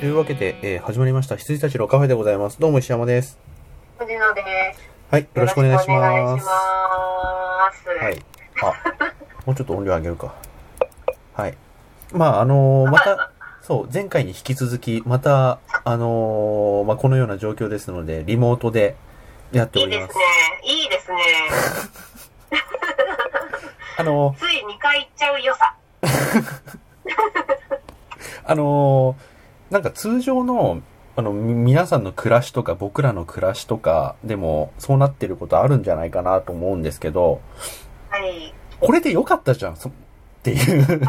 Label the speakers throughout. Speaker 1: いうわけで、えー始まりました羊たちのカフェでございます。どうも石山です。
Speaker 2: 藤野です。
Speaker 1: はい、よろしくお願いし
Speaker 2: よろくお願
Speaker 1: ま
Speaker 2: いし
Speaker 1: す。
Speaker 2: ます。
Speaker 1: はい。あ、もうちょっと音量上げるか。はい。まあ、あのーまた、そう、前回に引き続き、また、あのーまあ、このような状況ですので、リモートでやって
Speaker 2: い
Speaker 1: お
Speaker 2: い
Speaker 1: り
Speaker 2: で
Speaker 1: ます
Speaker 2: す。ね。いいですね。
Speaker 1: あのー
Speaker 2: つい2回行っちゃう良さ。
Speaker 1: あのーなんか通常の、あの、み皆さんの暮らしとか、僕らの暮らしとかでも、そうなってることあるんじゃないかなと思うんですけど、
Speaker 2: はい。
Speaker 1: これで良かったじゃん、そっていう
Speaker 2: う、んうん。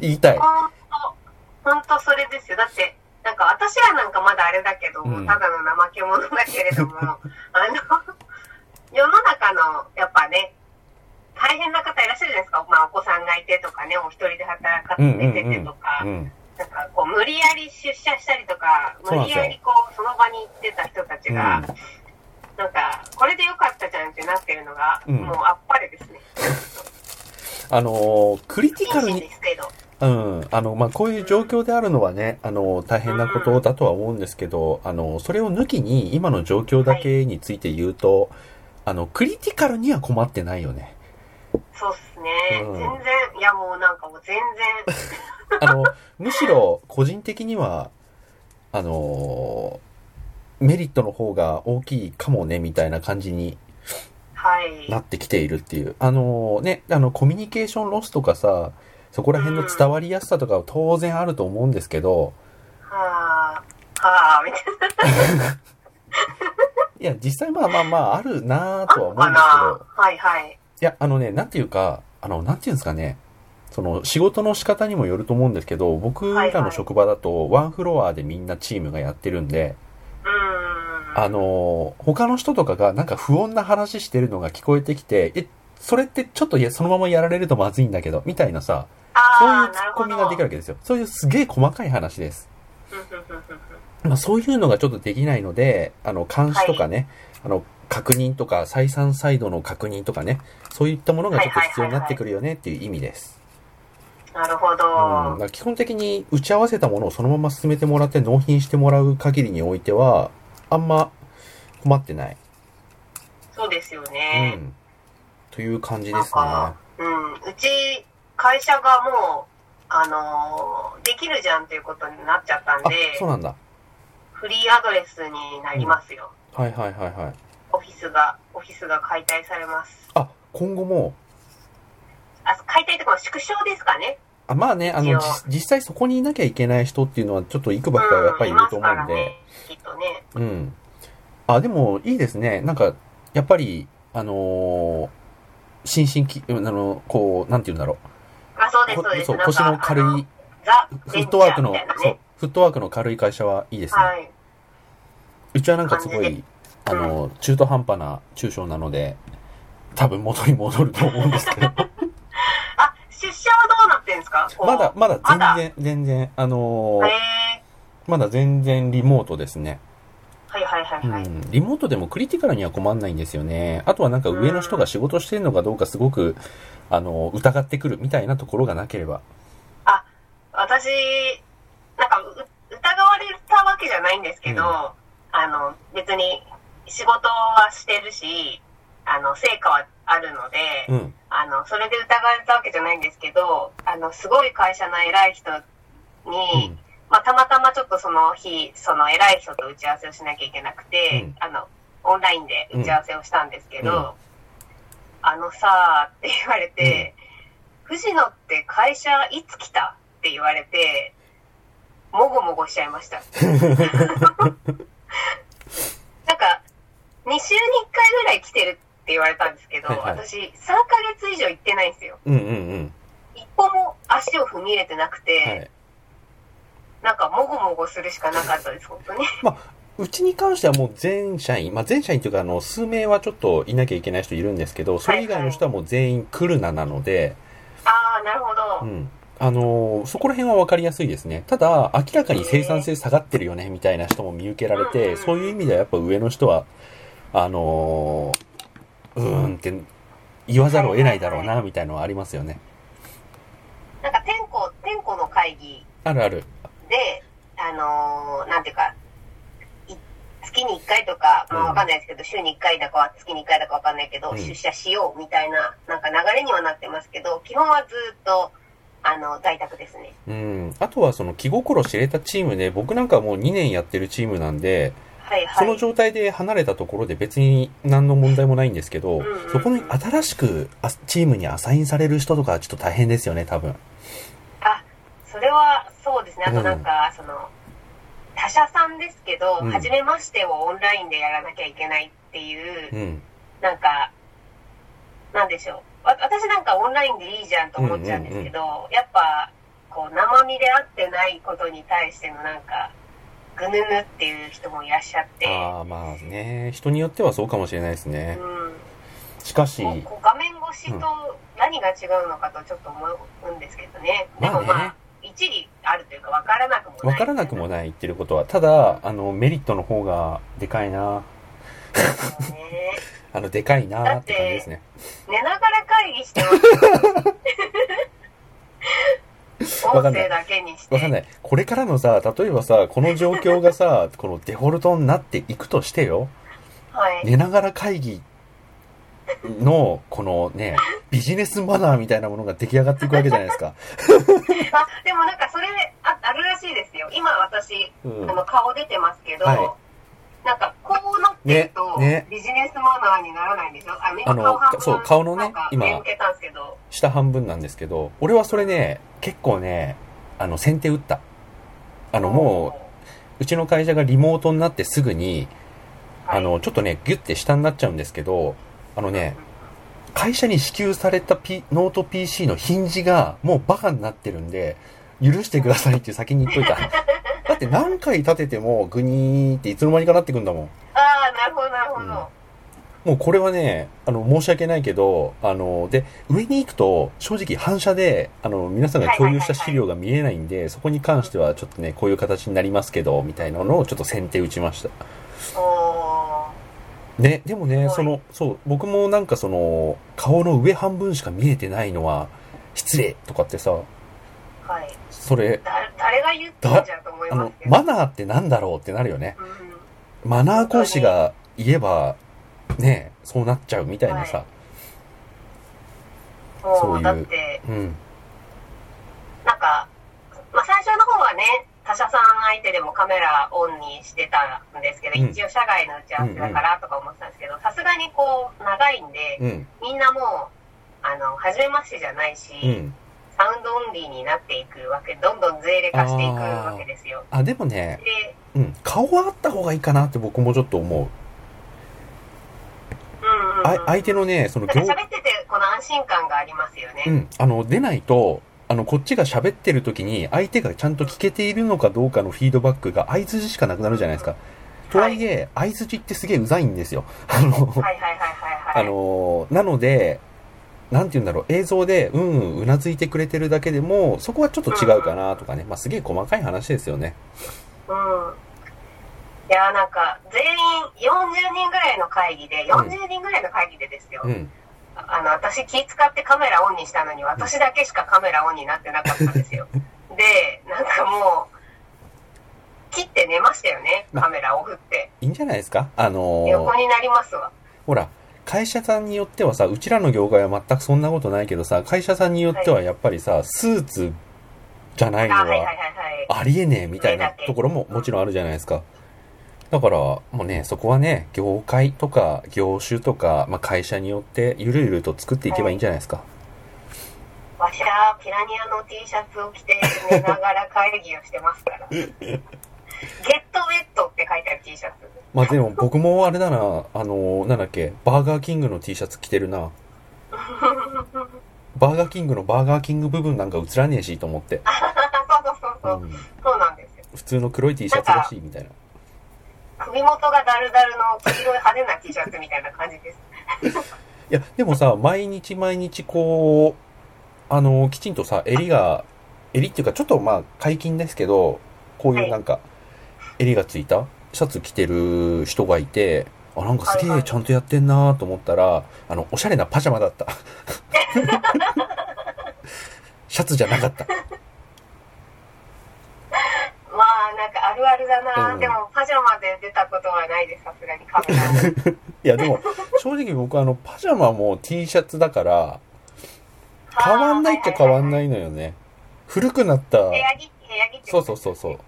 Speaker 1: 言いたい。
Speaker 2: ほんと、ほんとそれですよ。だって、なんか私らなんかまだあれだけど、
Speaker 1: うん
Speaker 2: ただの怠け者だけれども、あの、世の中の、やっぱね、大変な方いらっしゃるじゃないですか。まあ、お子さんがいてとかね、お一人で働か
Speaker 1: う
Speaker 2: れ
Speaker 1: んうん
Speaker 2: ててとか、
Speaker 1: うん。うん。
Speaker 2: なんかこう無理やり出社したりとか、
Speaker 1: そうな
Speaker 2: 無
Speaker 1: んで
Speaker 2: 理
Speaker 1: すよ
Speaker 2: やりこうその場に行ってた人たちが、
Speaker 1: うん
Speaker 2: なんかこれでよかったじゃんってなってるのが、
Speaker 1: うん
Speaker 2: もうあっぱれですね。
Speaker 1: あのークリテ
Speaker 2: いい
Speaker 1: ィカル
Speaker 2: 心
Speaker 1: に、
Speaker 2: ですけど。
Speaker 1: うん。あの、まあ、こういう状況であるのはね、あの、大変なことだとは思うんですけど、あの、それを抜きに、今の状況だけについて言うと、あの、クリティカルには困ってないよね。
Speaker 2: そうっすね。
Speaker 1: うん
Speaker 2: 全然、いやもうなんかもう全 然、
Speaker 1: あの、むしろ、個人的には、あのーメリットの方が大きいかもね、みたいな感じに
Speaker 2: はい。
Speaker 1: なってきているっていう。あのーね、あの、コミュニケーションロスとかさ、そこら辺の伝わりやすさとかは当然あると思うんですけど、
Speaker 2: はあ、はあ、みたい
Speaker 1: いや、実際まあまあまあ、あるなぁとは思うんですけ
Speaker 2: な。か
Speaker 1: ど
Speaker 2: な。、はいはい。
Speaker 1: いや、あのね、なんていうか、あの、なんていうんですかね、その、仕事の仕方にもよると思うんですけど、僕
Speaker 2: はい
Speaker 1: ら
Speaker 2: は
Speaker 1: の
Speaker 2: い
Speaker 1: 職場だと、ワンフロアでみんなチームがやってるんで、
Speaker 2: うーん。
Speaker 1: あのー他の人とかがなんか不穏な話してるのが聞こえてきて、え、それってちょっといや、そのままやられるとまずいんだけど、みたいなさ、そういう
Speaker 2: あー
Speaker 1: ツ
Speaker 2: なる
Speaker 1: ッ
Speaker 2: ほ
Speaker 1: コ
Speaker 2: ど
Speaker 1: ミができるわけですよ。そういうすげえ細かい話です。
Speaker 2: うんうんうんうん
Speaker 1: まあ、そういうのがちょっとできないので、あの、監視とかね、あの、確認とか、再三再度の確認とかね、そういったものがちょっと必要になってくるよねっていう意味です。
Speaker 2: なる
Speaker 1: うん。
Speaker 2: ほど。
Speaker 1: だから基本的に打ち合わせたものをそのまま進めてもらって納品してもらう限りにおいては、あんま困ってない。
Speaker 2: そうですよ
Speaker 1: う
Speaker 2: ね。
Speaker 1: ん。という感じで
Speaker 2: なん
Speaker 1: すね。
Speaker 2: か、うん、うち、会社がもう、あのーできるじゃんっていうことになっちゃったん
Speaker 1: あ
Speaker 2: で、、
Speaker 1: そうなんだ。
Speaker 2: フリーアドレスになりますよ。
Speaker 1: はいはいはいはい。
Speaker 2: オフィスが、オフィスが解体されます。
Speaker 1: あ、今後も、
Speaker 2: あ、解体ってこの縮小ですかね。
Speaker 1: あまあね、あ
Speaker 2: い
Speaker 1: の、
Speaker 2: や
Speaker 1: じ実際そこにいなきゃいけない人っていうのはちょっと幾ばくかやっぱりいると思うんで。
Speaker 2: いますからね、きっとね。
Speaker 1: うん。あ、でも、いいですね。なんか、やっぱり、あのー心身き、あの、こう、なんて言うんだろ
Speaker 2: あ、そうで
Speaker 1: う。
Speaker 2: す、そうです。
Speaker 1: そう、
Speaker 2: なんか
Speaker 1: 腰の軽い
Speaker 2: あ、ザ・
Speaker 1: フットワークの、
Speaker 2: ベンチャーみたい
Speaker 1: そ
Speaker 2: な
Speaker 1: う
Speaker 2: ね、
Speaker 1: フットワークの軽い会社はいいですね。
Speaker 2: はい。
Speaker 1: うちはなんかすご
Speaker 2: 感
Speaker 1: い、あの、中途半端な中小なので、多分元に戻ると思うんですけ ど、
Speaker 2: あ、出社はどうなってんですかこう
Speaker 1: まだ、まだ
Speaker 2: まだ
Speaker 1: 全然、全然、あのー
Speaker 2: へー
Speaker 1: まだ全然リモートですね。
Speaker 2: はいはいは
Speaker 1: う
Speaker 2: いはい。
Speaker 1: ん、リモートでもクリティカルには困んないんですよね。あとはなんか上の人が仕事してるのかどうかすごく、あの、疑ってくるみたいなところがなければ。
Speaker 2: 私、なんかう、疑われたわけじゃないんですけど、
Speaker 1: うん
Speaker 2: あの、別に仕事はしてるし、あの、成果はあるので、
Speaker 1: うん。
Speaker 2: あの、それで疑われたわけじゃないんですけど、あの、すごい会社の偉い人
Speaker 1: う
Speaker 2: に、
Speaker 1: ん
Speaker 2: まあ、たまたまちょっとその日、その偉い人と打ち合わせをしなきゃいけなくて、
Speaker 1: うん
Speaker 2: あの、オンラインで打ち合わせをしたんですけど、
Speaker 1: うん
Speaker 2: あのさーって言われて、藤野って会社いつ来たって言われて、もごもごしちゃい ました。なんか、2週に1回ぐらい来てるって言われたんですけど、
Speaker 1: はいはい
Speaker 2: 私3ヶ月以上行ってないんですよ。
Speaker 1: うんうん
Speaker 2: 一歩も足を踏み入れてなくて、
Speaker 1: うん。はい。
Speaker 2: なんかもごもごするしかなかったです、本 当に。
Speaker 1: うちに関してはもう全社員、まあ、全社員というかあの、数名はちょっといなきゃいけない人いるんですけど、それ以外の人はもう全員来るななので、
Speaker 2: ああ、なるほど。
Speaker 1: うん。あのーそこら辺は分かりやすいですね。ただ、明らかに生産性下がってるよね、みたいな人も見受けられ
Speaker 2: うんうんう
Speaker 1: て、
Speaker 2: ん
Speaker 1: そういう意味ではやっぱ上の人は、あのーうーんって言わざるを得ないだろうな、みたいなのはありますよね。
Speaker 2: なんか天候、天候の会議
Speaker 1: あるある。
Speaker 2: で、あのーなんていうか、い月に1回とか、ま
Speaker 1: うん
Speaker 2: あわかんないですけど、週に1回だかは月に1回だかわかんないけど、
Speaker 1: うん
Speaker 2: 出社しようみたいな、なんか流れにはなってますけど、基本はずっと、あの、在宅ですね。
Speaker 1: うん。あとはその気心知れたチームで、僕なんかもう2年やってるチームなんで、
Speaker 2: はいは
Speaker 1: そ
Speaker 2: い。
Speaker 1: の状態で離れたところで別に何の問題もないんですけど
Speaker 2: うんうんうん、
Speaker 1: そこに新しくあチームにアサインされる人とかはちょっと大変ですよね、多分。
Speaker 2: あ、それはそうですね。あ
Speaker 1: う
Speaker 2: と
Speaker 1: ん
Speaker 2: なんか、その、他社さんですけど、
Speaker 1: うん
Speaker 2: 初めましてをオンラインでやらなきゃいけないっていう、
Speaker 1: うん。
Speaker 2: なんか、なんでしょう。わ私なんかオンラインでいいじゃんと思っちゃうんですけど、やっぱ、こう、生身で会ってないことに対してのなんか、ぐぬぬっていう人もいらっしゃって、
Speaker 1: ああ、まあね、人によってはそうかもしれないです
Speaker 2: う
Speaker 1: ね。
Speaker 2: ん。
Speaker 1: しかし、
Speaker 2: こうこう画面越しと何が違うのかとちょっと思うんですけどね。でも
Speaker 1: まあね
Speaker 2: まあ、一理あるというか、わからなくもない。
Speaker 1: わからなくもない言ってることは、ただ、あの、メリットの方がでかいな、
Speaker 2: ですよね。
Speaker 1: あの、でかいなって感じですね。
Speaker 2: 寝ながら会議してます。
Speaker 1: わか
Speaker 2: 音
Speaker 1: んない
Speaker 2: 声だけにして。
Speaker 1: わかんない。これからのさ、例えばさ、この状況がさ、このデフォルトになっていくとしてよ、
Speaker 2: はい。
Speaker 1: 寝ながら会議の、このね、ビジネスマナーみたいなものが出来上がっていくわけじゃないですか。
Speaker 2: あ、でもなんかそれああるらしいですよ。今私、
Speaker 1: うん
Speaker 2: あ。の顔出てますけど、
Speaker 1: は
Speaker 2: なんかこうなってると、
Speaker 1: ねね
Speaker 2: ビジネスマナーにならないんでしょあ、
Speaker 1: あ
Speaker 2: 今
Speaker 1: の
Speaker 2: 顔半分
Speaker 1: そう顔のね
Speaker 2: なんか
Speaker 1: 今
Speaker 2: 目向けたんですけど、
Speaker 1: 下半分なんですけど、俺はそれね、結構ね、あの、先手打った。あの、もう、うちの会社がリモートになってすぐに、
Speaker 2: はい
Speaker 1: あ、の、ちょっとね、ギュッて下になっちゃうんですけど、あのね、会社に支給された、P、ノート PC のヒンジがもうバカになってるんで、許してくださいって先に言っとい た。だって何回立ててもグニーっていつの間にかなってくんだもん。
Speaker 2: ああ、なるほど、なるほど。
Speaker 1: うんもうこれはね、あの、申し訳ないけど、あの、で、上に行くと、正直反射で、あの、皆さんが共有した資料が見えないんで、そこに関してはちょっとね、こういう形になりますけど、みたいなのをちょっと先手打ちました。
Speaker 2: おー
Speaker 1: ね、でもね、そ
Speaker 2: すごい
Speaker 1: の、そう、僕もなんかその、顔の上半分しか見えてないのは、失礼とかってさ、
Speaker 2: はい。
Speaker 1: それ、
Speaker 2: だ誰が言ったんじゃんと思い
Speaker 1: あ
Speaker 2: ます
Speaker 1: の
Speaker 2: け、ど。
Speaker 1: マナーってなんだろうってなるよね。
Speaker 2: うん
Speaker 1: マナー講師が言えば、ね、そうなっちゃうみたいなさ、そう
Speaker 2: も
Speaker 1: いう
Speaker 2: うだって、
Speaker 1: うん、
Speaker 2: なんか、まあ、最初の方はね、他社さん相手でもカメラオンにしてたんですけど、
Speaker 1: うん
Speaker 2: 一応社外の打ち合わせだからとか思ってたんですけど、さすがにこう、長いんで、
Speaker 1: うん、
Speaker 2: みんなもう、あの、初めましてじゃないし、
Speaker 1: うん。
Speaker 2: サウンドオンリーになっていくわけ、どんどん税レ化していくわけですよ。
Speaker 1: あ、でもね、
Speaker 2: で、
Speaker 1: うん、顔はあった方がいいかなって僕もちょっと思う。
Speaker 2: うんうん、うん。
Speaker 1: あ相手のね、その
Speaker 2: なん
Speaker 1: 行、
Speaker 2: か喋ってて、この安心感がありますよね。
Speaker 1: うん、あの、出ないと、あの、こっちが喋ってる時に、相手がちゃんと聞けているのかどうかのフィードバックが相槌しかなくなるじゃないですか。とはいえ、相槌ってすげえうざいんですよ。あの、
Speaker 2: はいはいはいはいは
Speaker 1: あ
Speaker 2: い。
Speaker 1: の、なので、なんて言うんだろう、映像で、うんうん、うなずいてくれてるだけでも、そこはちょっと違うかなとかね。まあ、すげえ細かい話ですよね。
Speaker 2: うんいやーなんか全員40人ぐらいの会議で40人ぐらいの会議でですよ、
Speaker 1: うん。
Speaker 2: あの私気使ってカメラオンにしたのに私だけしかカメラオンになってなかったんです よでなんかもう切って寝ましたよねカメラを振って
Speaker 1: いいんじゃないですかあの
Speaker 2: 横になりますわ
Speaker 1: ほら、会社さんによってはさ、うちらの業界は全くそんなことないけどさ、会社さんによってはやっぱりさ、スーツじゃな
Speaker 2: あ
Speaker 1: いの
Speaker 2: はいはいは
Speaker 1: はい
Speaker 2: はい
Speaker 1: ありえねえみたいなところももちろんあるじゃないですか。だから、もうね、そこはね、業界とか業種とか、まあ、会社によってゆるゆると作っていけばいいんじゃないですか。
Speaker 2: わしらピラニアの T シャツを着て寝ながら会議をしてます からゲットウェットって書いてある T シャツ
Speaker 1: まあ、でも僕もあれだな、あの、なんだっけ、バーガーキングの T シャツ着てるな。バーガーキングのバーガーキング部分なんか映らねえしと思って。
Speaker 2: そうそうそう
Speaker 1: う
Speaker 2: そう、
Speaker 1: ん、
Speaker 2: そうなんですよ
Speaker 1: 普通の黒い T シャツらしいみたいな。
Speaker 2: 首元がダルダルの黄色い派手な T シャツみたいな感じです。
Speaker 1: いや、でもさ、毎日毎日こう、あの、きちんとさ、襟が、襟っていうか、ちょっとまあ、解禁ですけど、こうい
Speaker 2: は
Speaker 1: う
Speaker 2: い
Speaker 1: なんか、襟がついたシャツ着てる人がいて、あ、なんかすげ
Speaker 2: はいは
Speaker 1: え
Speaker 2: い
Speaker 1: ちゃんとやってんなと思ったら、あの、おしゃれなパジャマだった。 シャツじゃなかった。
Speaker 2: まあ、なんかるあるだな、
Speaker 1: うん
Speaker 2: でもパジャマで出たことはないですさす がにカメラ
Speaker 1: い
Speaker 2: で
Speaker 1: や、でも、正直僕あの、パジャマも T シャツだから、変わんないっちゃ変わんないのよね。古くなった。
Speaker 2: 部屋着部屋着って
Speaker 1: そうそうそうそう。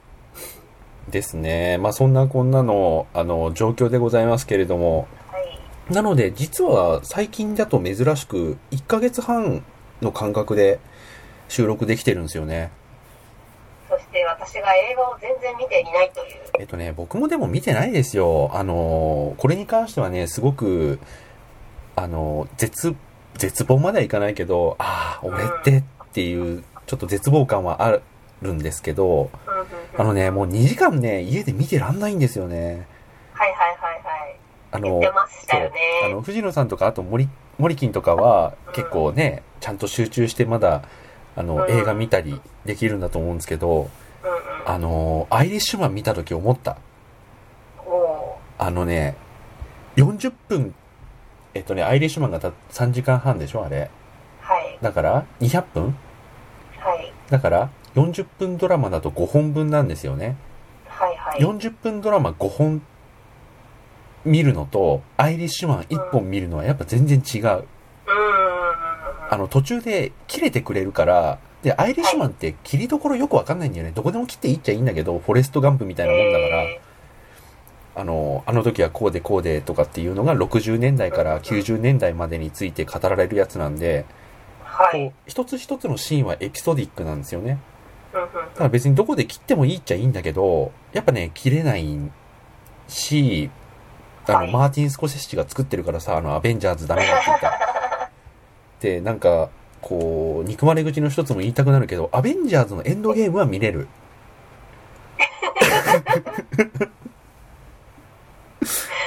Speaker 1: ですね。まあそんなこんなの、あの、状況でございますけれども。
Speaker 2: はい
Speaker 1: なので、実は最近だと珍しく、1ヶ月半の間隔で収録できてるんですよね。
Speaker 2: そして私が映画を全然見ていないという
Speaker 1: えっとね、僕もでも見てないですよ。あのー、これに関してはね、すごく、あのー、絶、絶望まではいかないけど、ああ、俺ってっていう、ちょっと絶望感はあるんですけど、
Speaker 2: うんうんうん
Speaker 1: あのね、もう2時間ね、家で見てらんないんですよね。
Speaker 2: はいはいはいはい
Speaker 1: あ
Speaker 2: 言
Speaker 1: の
Speaker 2: って、ましたよ
Speaker 1: あ
Speaker 2: ね
Speaker 1: の、藤野さんとか、あと森、森金とかは、結構ね、ちゃんと集中してまだ、あの、映画見たりできるんだと思うんですけど、
Speaker 2: うんうん
Speaker 1: あのー、アイリッシュマン見た時思った。
Speaker 2: お
Speaker 1: あのね、40分、えっとね、アイリッシュマンがた3時間半でしょあれ。
Speaker 2: ーはい
Speaker 1: だから、200分
Speaker 2: はい
Speaker 1: だから、40分ドラマだと5本分なんですよね。
Speaker 2: はいはい
Speaker 1: 40分ドラマ5本見るのと、アイリッシュマン1本見るのはやっぱ全然違う。
Speaker 2: うんうんうん
Speaker 1: あの、途中で切れてくれるから、で、アイリッシュマンって切りどころよくわかんないんだよね。どこでも切っていいっちゃいいんだけど、フォレストガンプみたいなもんだから。
Speaker 2: え
Speaker 1: あの、あの時はこうでこうでとかっていうのが60年代から90年代までについて語られるやつなんで、
Speaker 2: ーはい
Speaker 1: こう、一つ一つのシーンはエピソディックなんですよね。
Speaker 2: うんうん
Speaker 1: だから別にどこで切ってもいいっちゃいいんだけど、やっぱね、切れないし、あの、
Speaker 2: はい
Speaker 1: マーティン・スコセッシが作ってるからさ、あの、アベンジャーズダメだって言った。で、なんか、こう、憎まれ口の一つも言いたくなるけど、アベンジャーズのエンドゲームは見れる。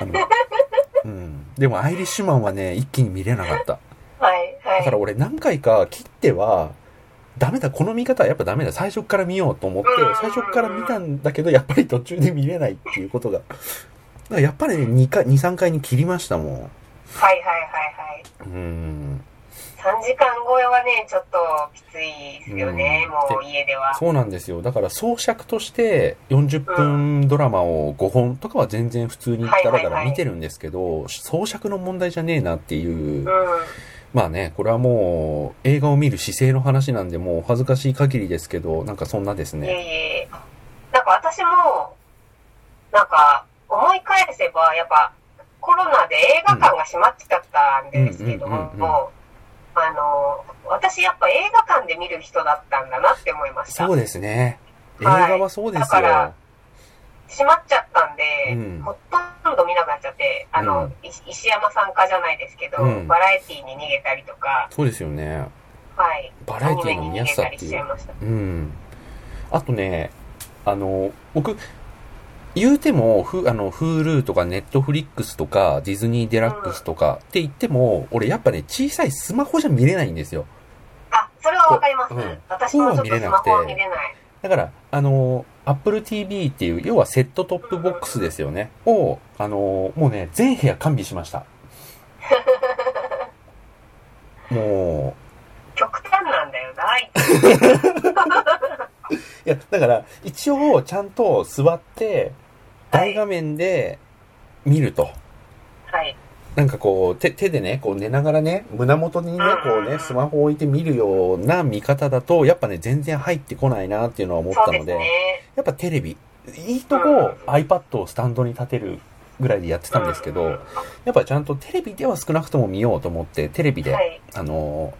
Speaker 1: あのうん。でも、アイリッシュマンはね、一気に見れなかった。
Speaker 2: はいは
Speaker 1: だ
Speaker 2: い
Speaker 1: から俺何回か切っては、ダメだ、この見方はやっぱダメだ、最初っから見ようと思って
Speaker 2: うんうんうん、
Speaker 1: 最初っから見たんだけど、やっぱり途中で見れないっていうことが。だからやっぱりね、2回、2、3回に切りましたも
Speaker 2: はいはいはいはい
Speaker 1: ん。うん。
Speaker 2: 3時間超えはねちょっときついですよね
Speaker 1: うん
Speaker 2: もう家では
Speaker 1: そうなんですよ。だから装着として40分ドラマを5本とかは全然普通に
Speaker 2: はい
Speaker 1: ダ
Speaker 2: は
Speaker 1: ラ
Speaker 2: い
Speaker 1: ダ
Speaker 2: は
Speaker 1: ラ
Speaker 2: い
Speaker 1: 見てるんですけど、装着の問題じゃねえなっていうう。
Speaker 2: ん
Speaker 1: まあね、これはもう映画を見る姿勢の話なんで、もうお恥ずかしい限りですけど、なんかそんなです
Speaker 2: い
Speaker 1: ね。
Speaker 2: えいえ。なんか私も、なんか思い返せば、やっぱコロナで映画館が閉まっちゃったんですけど
Speaker 1: うんうんうんうん
Speaker 2: も、あの、私やっぱ映画館で見る人だったんだなって思いました。
Speaker 1: そうですね。映
Speaker 2: はい
Speaker 1: 画はそうですよ。
Speaker 2: だから閉まっちゃったんで、
Speaker 1: うん
Speaker 2: ほとんど見なくなっちゃって、あの、
Speaker 1: うん
Speaker 2: い石山さん化じゃないですけど、
Speaker 1: うん
Speaker 2: バラエティに逃げたりとか、
Speaker 1: そうですよね。
Speaker 2: はい、
Speaker 1: バラ
Speaker 2: ア
Speaker 1: エ
Speaker 2: ニ
Speaker 1: テ
Speaker 2: メ
Speaker 1: ィの
Speaker 2: に
Speaker 1: 見
Speaker 2: 逃
Speaker 1: や
Speaker 2: げ
Speaker 1: すさ
Speaker 2: た
Speaker 1: っ
Speaker 2: り
Speaker 1: て
Speaker 2: し
Speaker 1: い。
Speaker 2: ちゃいうました。
Speaker 1: うん。あとね、あの、僕、言うても、ふ、あの、Hulu とか Netflix とか、ディズニーデラックスとかって言っても、俺やっぱね、小さいスマホじゃ見れないんですよ。
Speaker 2: あ、それはわかります。
Speaker 1: こううん
Speaker 2: 私もちょっとスマホ
Speaker 1: 本
Speaker 2: は
Speaker 1: を見
Speaker 2: 見
Speaker 1: れ
Speaker 2: れない。
Speaker 1: だから、あの、Apple TV っていう、要はセットトップボックスですよね。を、あの、もうね、全部屋完備しま した。もう、
Speaker 2: 極端なんだよな、いつも
Speaker 1: いや、だから、一応、ちゃんと座って、
Speaker 2: はい
Speaker 1: 大画面で見ると。
Speaker 2: はい。
Speaker 1: なんかこう、手、手でね、こう寝ながらね、胸元にね、こうね、スマホを置いて見るような見方だと、やっぱね、全然入ってこないなっていうのは思った
Speaker 2: そうで
Speaker 1: の
Speaker 2: す
Speaker 1: で、
Speaker 2: ね。
Speaker 1: やっぱテレビ。いいとこ、
Speaker 2: うん
Speaker 1: iPad をスタンドに立てるぐらいでやってたんですけど、
Speaker 2: うん
Speaker 1: やっぱちゃんとテレビでは少なくとも見ようと思って、テレビで、
Speaker 2: はい。
Speaker 1: あのー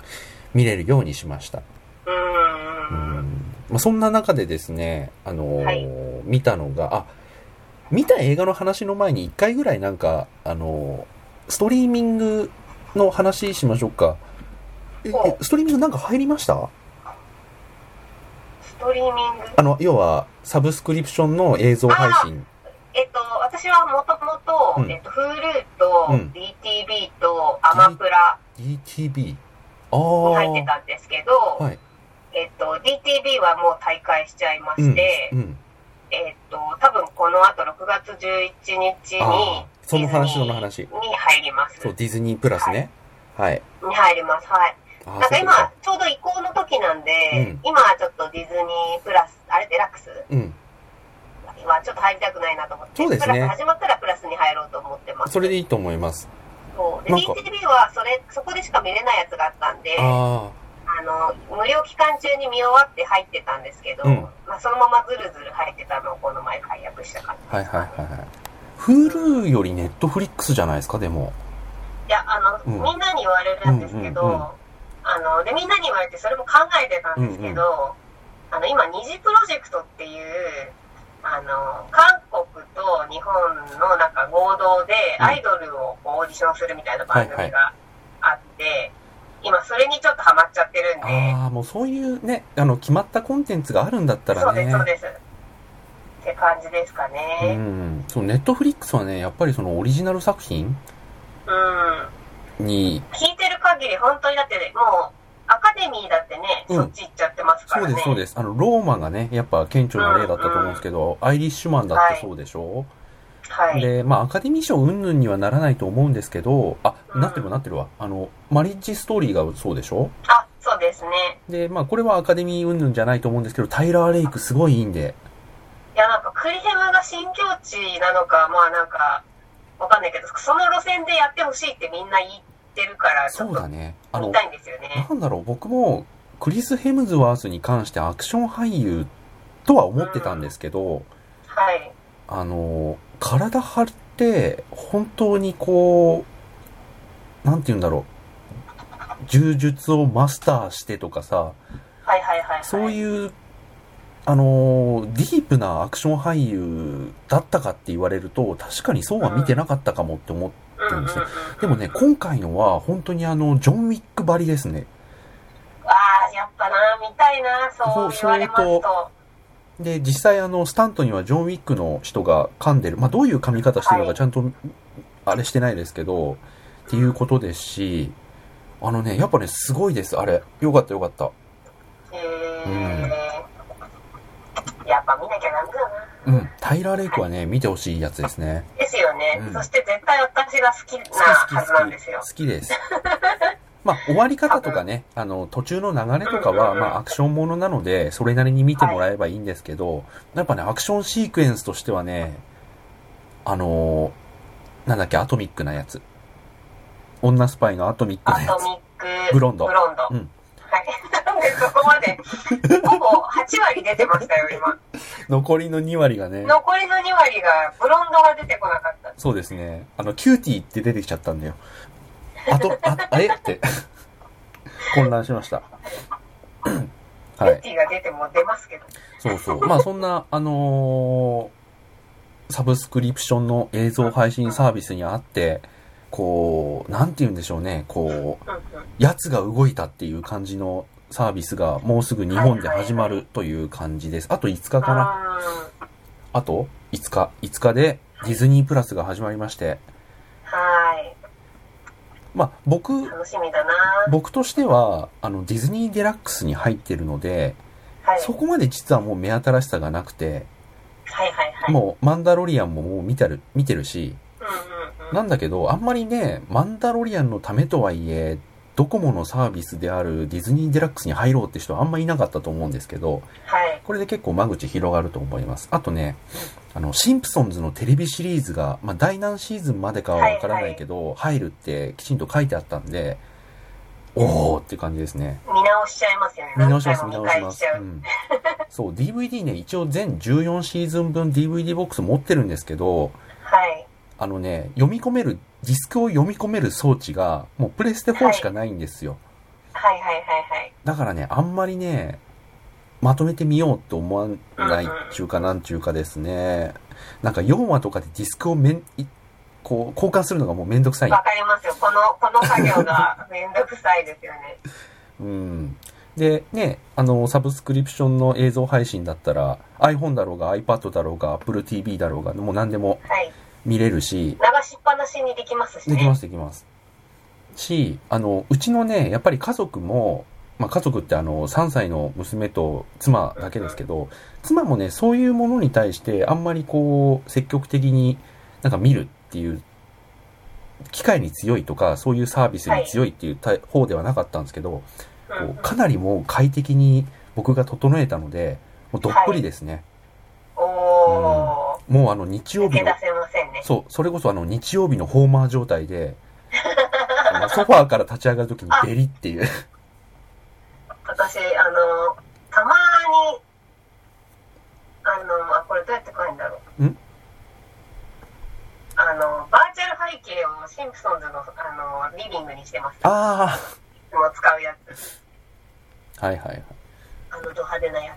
Speaker 1: 見れるようにしました。
Speaker 2: うーん。
Speaker 1: まあ、そんな中でですね、あのー
Speaker 2: はい
Speaker 1: 見たのが、あ、見た映画の話の前に一回ぐらいなんか、あのーストリーミングの話しましょうか。え
Speaker 2: お
Speaker 1: えストリーミングなんか入りました
Speaker 2: ストリーミング。
Speaker 1: あの、要は、サブスクリプションの映像配信。
Speaker 2: えっと、私はもともと、
Speaker 1: うん
Speaker 2: えっと、Hulu と
Speaker 1: うん
Speaker 2: DTV とアマプラ
Speaker 1: DTV。ああ。
Speaker 2: に入ってたんですけど、
Speaker 1: はい。
Speaker 2: えっと、DTV はもう大会しちゃいま
Speaker 1: うん。
Speaker 2: して、
Speaker 1: うん。
Speaker 2: えっと、多分この後6月11日
Speaker 1: ああ
Speaker 2: に、。
Speaker 1: その話、
Speaker 2: ディズ
Speaker 1: そ
Speaker 2: ニー
Speaker 1: の話。
Speaker 2: に入ります。
Speaker 1: そう、ディズニープラスね。はい。
Speaker 2: に入ります。はい。
Speaker 1: ああ
Speaker 2: なんか
Speaker 1: そうか
Speaker 2: 今、ちょうど移行の時なんで、
Speaker 1: うん
Speaker 2: 今はちょっとディズニープラス、あれデラックス
Speaker 1: うん。
Speaker 2: だっけはちょっと入りたくないなと思って、
Speaker 1: そうですね
Speaker 2: クラス始まったらクラスに入ろうと思ってます。
Speaker 1: それでいいと思います。
Speaker 2: そうで
Speaker 1: なんか
Speaker 2: BTV はそれ、そこでしか見れないやつがあったんで、あ
Speaker 1: あ
Speaker 2: の、無料期間中に見終わって入ってたんですけど、
Speaker 1: うん
Speaker 2: まあ、そのままずるずる入ってたのをこの前解約した感
Speaker 1: あ、はいはいはいはい。Hulu より Netflix じゃないですか、でも。
Speaker 2: じ。いや、あの、
Speaker 1: うん
Speaker 2: みんなに言われるんですけど、
Speaker 1: うんうんうん
Speaker 2: あの、で、みんなに言われてそれも考えてたんですけど、あの、今、二次プロジェクトっていう、あの、韓国と日本のなんか合同で
Speaker 1: うん
Speaker 2: アイドルをこうオーディションするみたいな
Speaker 1: は
Speaker 2: 番
Speaker 1: いはい
Speaker 2: 組があって、今それにちょっとハマっちゃってるんで、
Speaker 1: ああ、もうそういうね、あの、決まったコンテンツがあるんだった
Speaker 2: そ
Speaker 1: ら
Speaker 2: うで
Speaker 1: ね
Speaker 2: す、。そうです。って感じですかね。
Speaker 1: ん。そう、Netflix はね、やっぱりそのオリジナル作品
Speaker 2: うん。
Speaker 1: に、
Speaker 2: 聞いてる限り、本当にだって、もう、アカデミーだってね、
Speaker 1: うん
Speaker 2: そっち行っちゃってますか
Speaker 1: そ
Speaker 2: ら
Speaker 1: う
Speaker 2: ね。
Speaker 1: です、そう
Speaker 2: す。
Speaker 1: です。あの、ローマがね、やっぱ顕著な例だったと思うんですけど、アイリッシュマンだってそうでしょ、
Speaker 2: はい。
Speaker 1: で、まあ、アカデミー賞云々にはならないと思うんですけど、あ、
Speaker 2: うん
Speaker 1: なってるわなってるわ。あの、マリッジストーリーがそうでしょ
Speaker 2: あ、そうですね。
Speaker 1: で、まあ、これはアカデミー云々じゃないと思うんですけど、タイラー・レイクすごいいいんで。
Speaker 2: いや、なんか、クリヘムが新境地なのか、まあなんか、わかんないけど、その路線でやってほしいってみんな言ってるから、ちょ
Speaker 1: そ
Speaker 2: っ
Speaker 1: うだ
Speaker 2: と
Speaker 1: ね。あ
Speaker 2: 見
Speaker 1: の、
Speaker 2: たいんですよね。
Speaker 1: なんだろう、僕も、クリス・ヘムズワースに関してアクション俳優とは思ってたんですけど、
Speaker 2: はい。
Speaker 1: あの、体張って、本当にこう、なんて言うんだろう、柔術をマスターしてとかさ、
Speaker 2: はいはいはい、はい。
Speaker 1: そう
Speaker 2: う。
Speaker 1: いう、あのー、ディープなアクション俳優だったかって言われると、確かにそうは見てなかったかもって思っ
Speaker 2: うんうんうん、
Speaker 1: でもね、今回のは本当にあの、ジョン・ウィックばりですね。
Speaker 2: ああ、やっぱな、見たいな、そう言われます
Speaker 1: そう
Speaker 2: と。
Speaker 1: で、実際あの、スタントにはジョン・ウィックの人が噛んでる。まあ、どういう噛み方してるの
Speaker 2: は
Speaker 1: か
Speaker 2: い
Speaker 1: ちゃんと、あれしてないですけど、っていうことですし、あのね、やっぱね、すごいです、あれ。よかったよかった。
Speaker 2: えーやっぱ見なきゃダメだな。
Speaker 1: うん。タイラー・レイクはね、見てほしいやつですね。
Speaker 2: ですよね、
Speaker 1: うん
Speaker 2: そして絶対私が好きな
Speaker 1: 好き好
Speaker 2: は
Speaker 1: き
Speaker 2: ずな
Speaker 1: 好
Speaker 2: ん
Speaker 1: き
Speaker 2: です よ。
Speaker 1: 好きですまあ終わり方とかねあの途中の流れとかは、
Speaker 2: うんうんうん
Speaker 1: まあ、アクションものなのでそれなりに見てもらえばいいんですけど、やっぱねアクションシークエンスとしてはねあのーなんだっけアトミックなやつ女スパイのアトミック
Speaker 2: ア
Speaker 1: なや
Speaker 2: ト
Speaker 1: つ
Speaker 2: ミック。
Speaker 1: ブロンド
Speaker 2: ブロンド。
Speaker 1: うん
Speaker 2: はい。 なんでそこまで、ほぼ8割出てましたよ、今。
Speaker 1: 残りの2割がね
Speaker 2: 残りの2割が、ブロンドが出てこなかった。
Speaker 1: そうですねあのキューティーって出てきちゃったんだよあとああれって 混乱しましたは
Speaker 2: ベ
Speaker 1: い
Speaker 2: ッティが出ても出ますけど。
Speaker 1: そうそう。まあそんな、あのーサブスクリプションの映像配信サービスにあって、こう、なんて言うんでしょうね、こう、
Speaker 2: うんうん。
Speaker 1: 奴が動いたっていう感じのサービスがもうすぐ日本で始まるという感じです。あと5日かな。
Speaker 2: うん
Speaker 1: あと5日。5日でディズニープラスが始まりまして。
Speaker 2: は
Speaker 1: まあ
Speaker 2: い。
Speaker 1: 僕、
Speaker 2: 楽しみだな
Speaker 1: 僕としては、あの、ディズニーデラックスに入ってるので、
Speaker 2: はい。
Speaker 1: そこまで実はもう目新しさがなくて、
Speaker 2: はいはいはい。
Speaker 1: もうマンダロリアンももう見てる、見てるし、
Speaker 2: うんうんうん。
Speaker 1: なんだけど、あんまりね、マンダロリアンのためとはいえ、ドコモのサービスであるディズニーデラックスに入ろうって人はあんまりいなかったと思うんですけど、
Speaker 2: はい。
Speaker 1: これで結構間口広がると思います。あとね、あの、シンプソンズのテレビシリーズが、まあ、第何シーズンまでかはわからないけど、入るってきちんと書いてあったんで、おーっていう感じですね。
Speaker 2: 見直しちゃいますよね。
Speaker 1: 見直します、
Speaker 2: 何
Speaker 1: 見
Speaker 2: 回も
Speaker 1: 直
Speaker 2: 見
Speaker 1: し
Speaker 2: 返
Speaker 1: ま
Speaker 2: し
Speaker 1: す
Speaker 2: ちゃ。う。
Speaker 1: うん。そう、DVD ね、一応全14シーズン分 DVD ボックス持ってるんですけど、
Speaker 2: はい。
Speaker 1: あのね、読み込める、ディスクを読み込める装置が、もうプレステ4しかないんですよ。
Speaker 2: はいはいはいはい。
Speaker 1: だからね、あんまりね、まとめてみようと思わないっていうか、なんていうかですね。なんか4話とかでディスクをめん、いこう、交換するのがもうめんどくさい。
Speaker 2: わかりますよ。この、この作業がめんどくさいですよね。
Speaker 1: うん。で、ね、あの、サブスクリプションの映像配信だったら、iPhone だろうが iPad だろうが Apple TV だろうが、もう何でも
Speaker 2: はい。
Speaker 1: 見れるし、
Speaker 2: 流しっぱなしにできますしね。
Speaker 1: できます、できます。し、あの、うちのね、やっぱり家族も、まあ家族ってあの、3歳の娘と妻だけですけど、妻もね、そういうものに対して、あんまりこう、積極的になんか見るっていう、機械に強いとか、そういうサービスに強いっていうタイ方ではなかったんですけど、
Speaker 2: うんう
Speaker 1: こ
Speaker 2: ん
Speaker 1: うかなりもう快適に僕が整えたので、もうどっぷりですね。
Speaker 2: おー。
Speaker 1: もうあの日曜
Speaker 2: 抜
Speaker 1: 日
Speaker 2: け
Speaker 1: の
Speaker 2: 出、せませんね。
Speaker 1: そう、それこそあの日曜日のホーマー状態で、 あのソファーから立ち上がるときにベリっていう。
Speaker 2: 私、あの、たまに、あの、あ、これどうやって書いんだろう。
Speaker 1: ん
Speaker 2: あの、バーチャル背景をシンプソンズの、あの、リビングにしてます。い
Speaker 1: あ
Speaker 2: つも使うやつ。
Speaker 1: あはいはいはい。
Speaker 2: あの、ド派手なや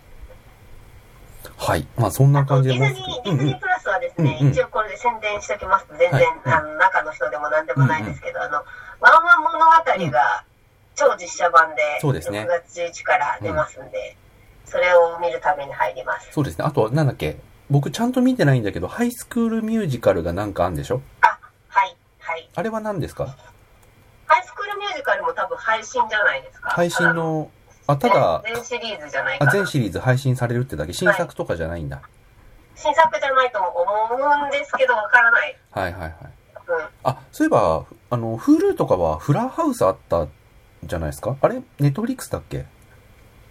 Speaker 2: つ。
Speaker 1: はい。まあそんな
Speaker 2: あと
Speaker 1: 感じ
Speaker 2: デ
Speaker 1: で
Speaker 2: ィ
Speaker 1: もう
Speaker 2: ズ
Speaker 1: す
Speaker 2: ニー、
Speaker 1: ぐ、
Speaker 2: デ
Speaker 1: うんうん
Speaker 2: ィズニー。プラスはですね、
Speaker 1: うんうん
Speaker 2: 一応これで宣伝しておきます。全然、
Speaker 1: はいはい
Speaker 2: あの、中の人でも何でもないですけど、あの、ワンワン物語が超実写版で、
Speaker 1: そうですね
Speaker 2: 6月11から出ますんで、それを見るために入ります。
Speaker 1: そうですね。あと、なんだっけ。僕ちゃんと見てないんだけど、ハイスクールミュージカルがなんかあんでしょ
Speaker 2: あ、はい、はい。
Speaker 1: あれは何ですか
Speaker 2: ハイスクールミュージカルも多分配信じゃないですか。
Speaker 1: 配信の、あ、
Speaker 2: た
Speaker 1: た
Speaker 2: だ
Speaker 1: だ、
Speaker 2: 全シリーズじゃないか
Speaker 1: あ
Speaker 2: な。
Speaker 1: 全シリーズ配信されるってだけ、新作とかじゃないんだ。
Speaker 2: 新作じゃないと思うんですけど、わからない。
Speaker 1: はいはいはい。
Speaker 2: うん。
Speaker 1: あ、そういえば、あの、Hulu とかはフラーハウスあったじゃないですかあれネットフリックスだっけ
Speaker 2: い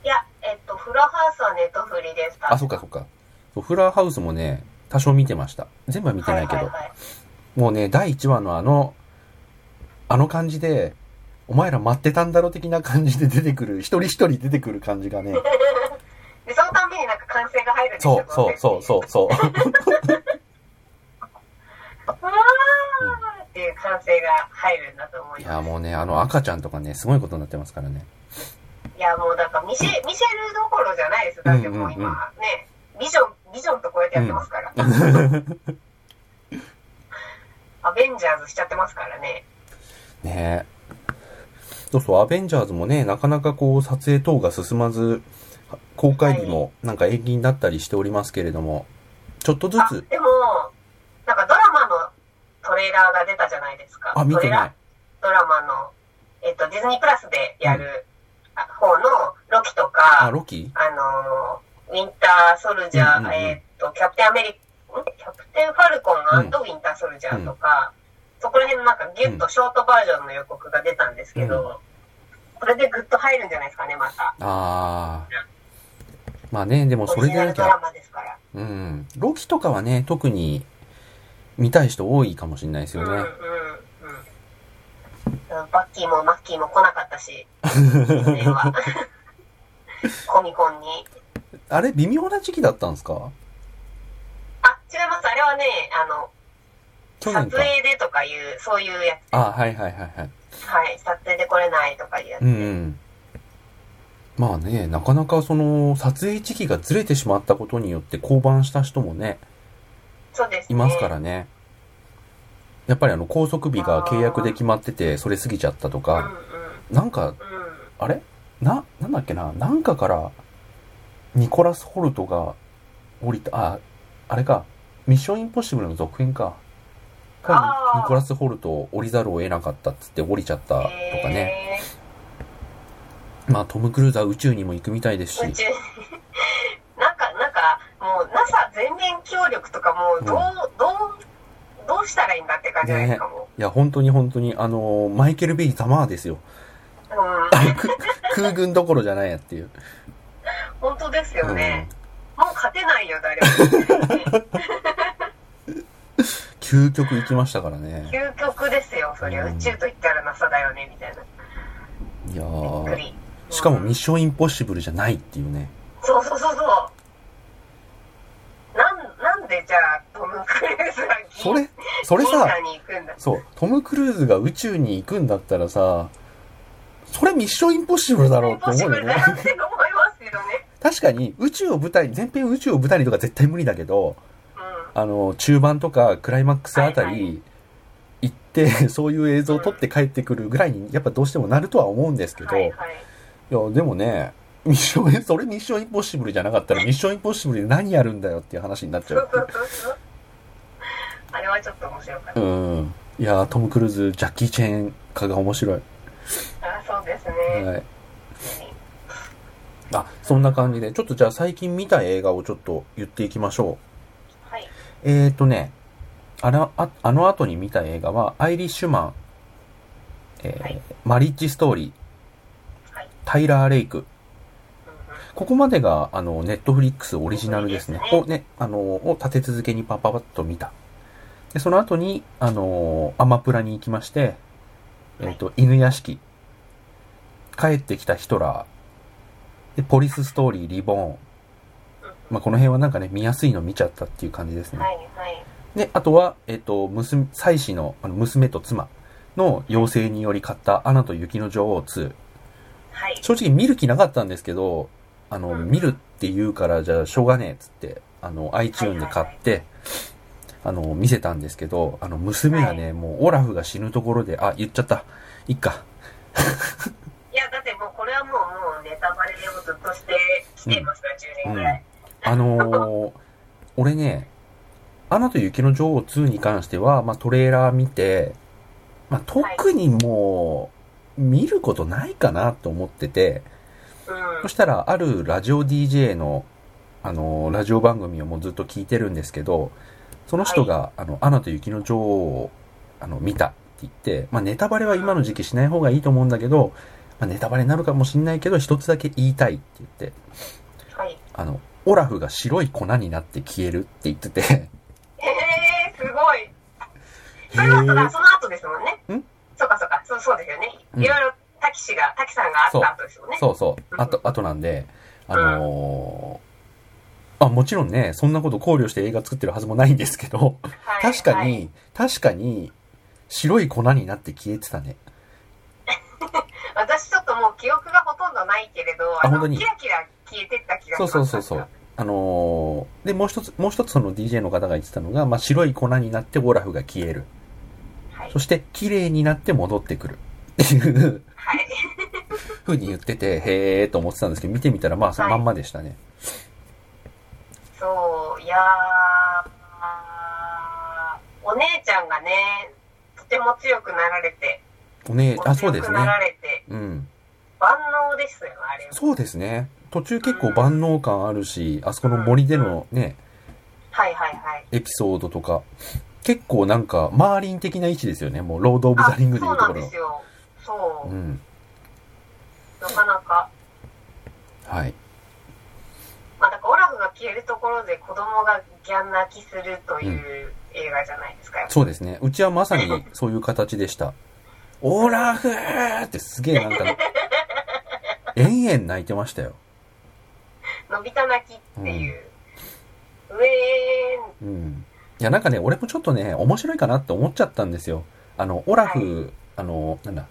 Speaker 2: や、えっと、フラハウスはネットフリです。
Speaker 1: あ、そっかそっか。そうフラーハウスもね、多少見てました。全部は見てないけ
Speaker 2: はい
Speaker 1: ど
Speaker 2: は。いはい
Speaker 1: もうね、第1話のあの、あの感じで、お前ら待ってたんだろ的な感じで出てくる、一人一人出てくる感じがね、
Speaker 2: で、そのたんびになんか歓声が入るんです
Speaker 1: そ
Speaker 2: よ
Speaker 1: う、そう、そう、そう、そう。
Speaker 2: う。わーっていう歓声が入るんだと思 い
Speaker 1: い
Speaker 2: ま
Speaker 1: や、もうね、あの赤ちゃんとかね、すごいことになってますからね。
Speaker 2: す。いや、もうなんかミシェ、ミシェルどころじゃないです。だってもう
Speaker 1: うんうんうん
Speaker 2: 今、ね、ビジョン、ビジョンとこうやってやってますから。 アベンジャーズしちゃってますからね。
Speaker 1: ねそうそう、アベンジャーズもね、なかなかこう、撮影等が進まず、公開日もなんか延期になったりしておりますけれども、ちょっとず
Speaker 2: あ、
Speaker 1: つ、
Speaker 2: でも、なんかドラマのトレーラーが出たじゃないですか。
Speaker 1: あ、見
Speaker 2: ト
Speaker 1: て
Speaker 2: レーラ
Speaker 1: な
Speaker 2: ー
Speaker 1: い。
Speaker 2: ドラマの、えっと、ディズニープラスでやるあ方のロキと
Speaker 1: あ、
Speaker 2: か、
Speaker 1: ロキ
Speaker 2: あのー、ウィンターソルジャー、
Speaker 1: うんうんうん
Speaker 2: えっと、キャプテンアメリカ、んキャプテンファルコンとウィンターソルジャーとか、そこら辺のなんかギュッとショートバージョンの予告が出たんですけど、これでグッと入るんじゃないですかね、また。
Speaker 1: あー。まあね、でもそ
Speaker 2: オリ
Speaker 1: れでな
Speaker 2: ジナル
Speaker 1: き
Speaker 2: ド
Speaker 1: ゃ
Speaker 2: ラ、マですから。
Speaker 1: うん。ロキとかはね、特に見たい人多いかもしれないですよね。
Speaker 2: うんうんうん。バッキーもマッキーも来なかったし、年 は。コミコンに。
Speaker 1: あれ、微妙な時期だったんですか
Speaker 2: あ、違います。あれはね、あの、
Speaker 1: 去
Speaker 2: 撮
Speaker 1: 年か。
Speaker 2: 影でとかいう、そういうや
Speaker 1: あ、はいはいはいはい。
Speaker 2: つ。はい。撮影で来れないとかいうやつ。
Speaker 1: うん、うん。まあね、なかなかその、撮影時期がずれてしまったことによって降板した人もね、
Speaker 2: そうです、
Speaker 1: い
Speaker 2: ね。
Speaker 1: ますからね。やっぱりあの、拘束日が契約で決まってて、それ過ぎちゃったと
Speaker 2: うん
Speaker 1: か、なんか、
Speaker 2: うんうん。
Speaker 1: あれな、なんだっけななんかから、ニコラス・ホルトが降りた、あ、あれか、ミッション・インポッシブルの続編か。か
Speaker 2: あー
Speaker 1: ニコラス・ホルトを降りざるを得なかったっつって降りちゃったとかね。
Speaker 2: ね。
Speaker 1: まあ、トム・クルーザー宇宙にも行くみたいです
Speaker 2: 宇
Speaker 1: し。
Speaker 2: 宙 なんか、なんか、もう NASA 全面協力とかもう、どう、どう、どうしたらいいんだって感じじゃないですか、も
Speaker 1: いや、本当に本当に、あのーマイケル・ベイ様です よ。
Speaker 2: う。うん。
Speaker 1: あれく空軍どころじゃないやっていう。
Speaker 2: 本当です
Speaker 1: う
Speaker 2: よ
Speaker 1: ん
Speaker 2: ね。もう勝てないよ、誰も。
Speaker 1: 究極行きましたからね。
Speaker 2: 究極ですよ、それは。
Speaker 1: う
Speaker 2: 宇
Speaker 1: ん
Speaker 2: 宙と言ったら NASA だよね、みたいな。
Speaker 1: いや
Speaker 2: び
Speaker 1: ー。
Speaker 2: っくり。
Speaker 1: しかも
Speaker 2: うん
Speaker 1: ミッション・インポッシブルじゃないっていうね。
Speaker 2: そうそうそうそう。なん、なんでじゃあ、トム・クルーズが銀
Speaker 1: それ、それ
Speaker 2: 銀
Speaker 1: さ、
Speaker 2: 河に行くんだ。
Speaker 1: そう、トム・クルーズが宇宙に行くんだったらさ、それミッションインポッシブルだろうって
Speaker 2: ポッ
Speaker 1: 思
Speaker 2: シ
Speaker 1: う
Speaker 2: ブ
Speaker 1: よ
Speaker 2: ルだ
Speaker 1: ね。
Speaker 2: なって思いますよね。
Speaker 1: 確かに、宇宙を舞台、前編宇宙を舞台にとか絶対無理だけど、
Speaker 2: うん。
Speaker 1: あの、中盤とかクライマックスあた
Speaker 2: はいは
Speaker 1: り、行って、 そういう映像を撮って帰ってくるぐらいに、やっぱどうしてもなるとは思うんですけど、
Speaker 2: はい
Speaker 1: い
Speaker 2: はい。
Speaker 1: や、でもね、ミッション、 それミッションインポッシブルじゃなかったら、ミッションインポッシブルで何やるんだよっていう話になっちゃ
Speaker 2: そう
Speaker 1: う。
Speaker 2: そうそうそう。 あれはちょっと面白かった。
Speaker 1: うん。いやー、トム・クルーズ、ジャッキー・チェーン化が面白い。
Speaker 2: あそうですね。
Speaker 1: はい。あ、そんな感じで、ちょっとじゃあ最近見た映画をちょっと言っていきましょ
Speaker 2: はい。
Speaker 1: う。えーとね、あの、ああの後に見た映画は、アイリッシュマン、えー
Speaker 2: はい
Speaker 1: マリッジストーリー
Speaker 2: はい、
Speaker 1: タイラー・レイク。
Speaker 2: うんうん
Speaker 1: ここまでが、あの、ネットフリックスオリジナルですね。
Speaker 2: そうですね
Speaker 1: をね、あの、を立て続けにパパパッと見た。で、その後に、あの、アマプラに行きまして、えっ、と、犬屋敷。帰ってきたヒトラー。で、ポリスストーリー、リボーン。まあ、この辺はなんかね、見やすいの見ちゃったっていう感じですね。
Speaker 2: はいはい。
Speaker 1: で、あとは、えっ、と、娘、妻子の、あの、娘と妻の要請により買った、アナと雪の女王2。
Speaker 2: はい。
Speaker 1: 正直見る気なかったんですけど、あの、
Speaker 2: うん
Speaker 1: 見るって言うから、じゃあ、しょうがねえっつって、あの、iTune で買って、あの、見せたんですけど、あの、娘がね、もう、オラフが死ぬところで、あ、言っちゃった。いっか。
Speaker 2: いや、だってもうこれはもう、もうネタバレをずっとしてきてますから、10
Speaker 1: う
Speaker 2: 年ぐ
Speaker 1: ん
Speaker 2: らい。。
Speaker 1: あのー俺ね、アナと雪の女王2に関しては、まあ、トレーラー見て、まあ、特にもう、見ることないかなと思ってて、
Speaker 2: うん
Speaker 1: そ。したら、あるラジオ DJ の、あのーラジオ番組をもうずっと聞いてるんですけど、その人が、あの、アナと雪の女王を、あの、見たって言って、まあ、ネタバレは今の時期しない方がいいと思うんだけど、まあ、ネタバレになるかもしんないけど、一つだけ言いたいって言って、
Speaker 2: はい。
Speaker 1: あの、オラフが白い粉になって消えるって言ってて、 へ
Speaker 2: えー、すごい。それはそのその後ですもんね。
Speaker 1: ん
Speaker 2: そうかそうか、そうそうですよね。
Speaker 1: うん
Speaker 2: いろいろ、タキ氏が、タキさんがあった後ですもんね。
Speaker 1: そうそう。あと、あとなんで、あのーあ、もちろんね、そんなこと考慮して映画作ってるはずもないんですけど、
Speaker 2: はい
Speaker 1: 確か
Speaker 2: はい
Speaker 1: に、確かに、白い粉になって消えてたね。
Speaker 2: 私ちょっともう記憶がほとんどないけれど、
Speaker 1: あ
Speaker 2: の
Speaker 1: 本当に
Speaker 2: キラキラ消えてった気がし
Speaker 1: そ
Speaker 2: ま
Speaker 1: う
Speaker 2: す。
Speaker 1: そうそうそう。。あのーで、もう一つ、もう一つその DJ の方が言ってたのが、まあ、白い粉になってオラフが消える。
Speaker 2: はい
Speaker 1: そ。して、綺麗になって戻ってくる。っていう
Speaker 2: はい。
Speaker 1: ふうに言ってて、へーと思ってたんですけど、見てみたら、まあ、そのまんまでしたね。
Speaker 2: そう、いやー、お姉ちゃんがね、とても強くなられて、
Speaker 1: おね、あ、そう
Speaker 2: 強
Speaker 1: です
Speaker 2: くな
Speaker 1: ね
Speaker 2: ら。れて、
Speaker 1: うん。
Speaker 2: 万能ですよ、あれは。
Speaker 1: そうですね。途中結構万能感あるし、あそこの森でのね、
Speaker 2: はいはいはい。
Speaker 1: エピソードとか、結構なんか、マーリン的な位置ですよね。もう、ロード・オブ・ザ・リングでいうとこ
Speaker 2: あそうなん
Speaker 1: ろ
Speaker 2: です。よ。そうう、
Speaker 1: ん。
Speaker 2: なかなか。
Speaker 1: はい。
Speaker 2: まあ、だからオラフが消えるところで子供がギャン泣きするという映画じゃないですか。
Speaker 1: そうですね。うちはまさにそういう形でした。オラフーってすげえなんか ね、えんえん泣いてましたよ。
Speaker 2: のび太泣きっていう。うえーん。
Speaker 1: うん。いや、なんかね、俺もちょっとね、面白いかなって思っちゃったんですよ。あの、オラフ、あの、なんだ、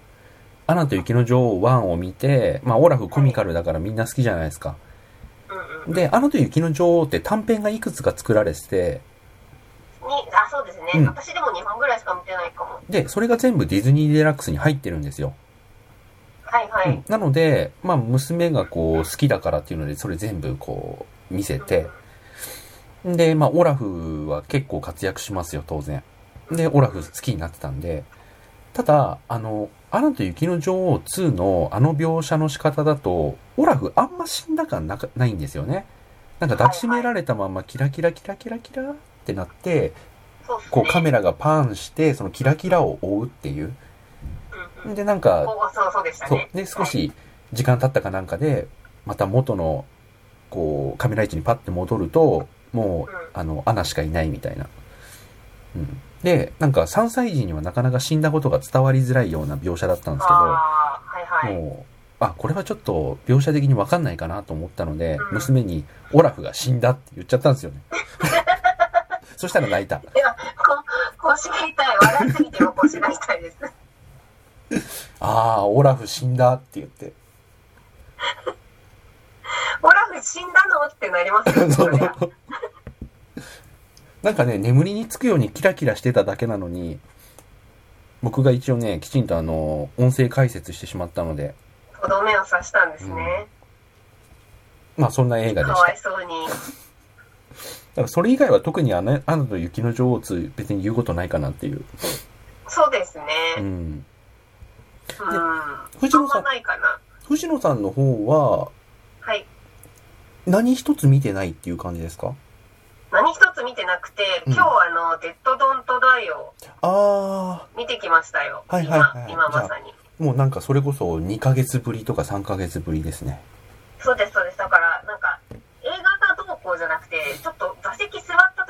Speaker 1: アナと雪の女王1を見て、まあ、オラフコミカルだからみんな好きじゃないですか。
Speaker 2: うんうん。に、
Speaker 1: で、アナと雪の女王って短編がいくつか作られてて、
Speaker 2: あ、そうですね、
Speaker 1: うん
Speaker 2: 私でも2本ぐらいしか見てないかも。
Speaker 1: で、それが全部ディズニーデラックスに入ってるんですよ。
Speaker 2: はいは
Speaker 1: う
Speaker 2: い
Speaker 1: ん。なので、まあ、娘がこう、好きだからっていうので、それ全部こう、見せて、で、まあ、オラフは結構活躍しますよ、当然。で、オラフ好きになってたんで、ただ、あの、アナと雪の女王2のあの描写の仕方だと、オラフあんま死んだ感なかないんですよね。なんか抱きしめられたままキラキラキラキラキラってなって、
Speaker 2: そうですね。
Speaker 1: こうカメラがパンして、そのキラキラを追うっていう。
Speaker 2: うんうん。
Speaker 1: で、なんか、
Speaker 2: おそうそうでした
Speaker 1: そう
Speaker 2: ね。。
Speaker 1: で、少し時間経ったかなんかで、また元の、こう、カメラ位置にパッて戻ると、も
Speaker 2: うん
Speaker 1: う、あの、アナしかいないみたいな。うん。で、なんか3歳児にはなかなか死んだことが伝わりづらいような描写だったんですけど、
Speaker 2: ああ、はいはい。
Speaker 1: もう、あ、これはちょっと描写的にわかんないかなと思ったので、
Speaker 2: うん
Speaker 1: 娘にオラフが死んだって言っちゃったんですよね。 そしたら泣いた。
Speaker 2: こ腰が痛い。笑いすぎても腰が痛いです。
Speaker 1: ああ、オラフ死んだって言って。
Speaker 2: オラフ死んだのってなります よね。それは
Speaker 1: なんかね、眠りにつくようにキラキラしてただけなのに、僕が一応ね、きちんとあの、音声解説してしまったので、
Speaker 2: とどめを刺したんですね。
Speaker 1: まあそんな映画でし
Speaker 2: か
Speaker 1: た。
Speaker 2: わ
Speaker 1: だ
Speaker 2: いそうに。
Speaker 1: からそれ以外は特にあの、アナと雪の女王2別に言うことないかなっていう。
Speaker 2: そうですね。
Speaker 1: うん。
Speaker 2: うん。
Speaker 1: 藤野さん
Speaker 2: あんまないかな。
Speaker 1: 藤野さんの方は、
Speaker 2: はい。
Speaker 1: 何一つ見てないっていう感じですか
Speaker 2: 何一つ見てなくて、
Speaker 1: うん
Speaker 2: 今日あの、デッドドントダイを
Speaker 1: あ
Speaker 2: 見てきましたよ。
Speaker 1: はいはいはい
Speaker 2: 今、今まさに。
Speaker 1: ー、もうなんかそれこそ2ヶ月ぶりとか3ヶ月ぶりですね。
Speaker 2: そうです、そうです。だから、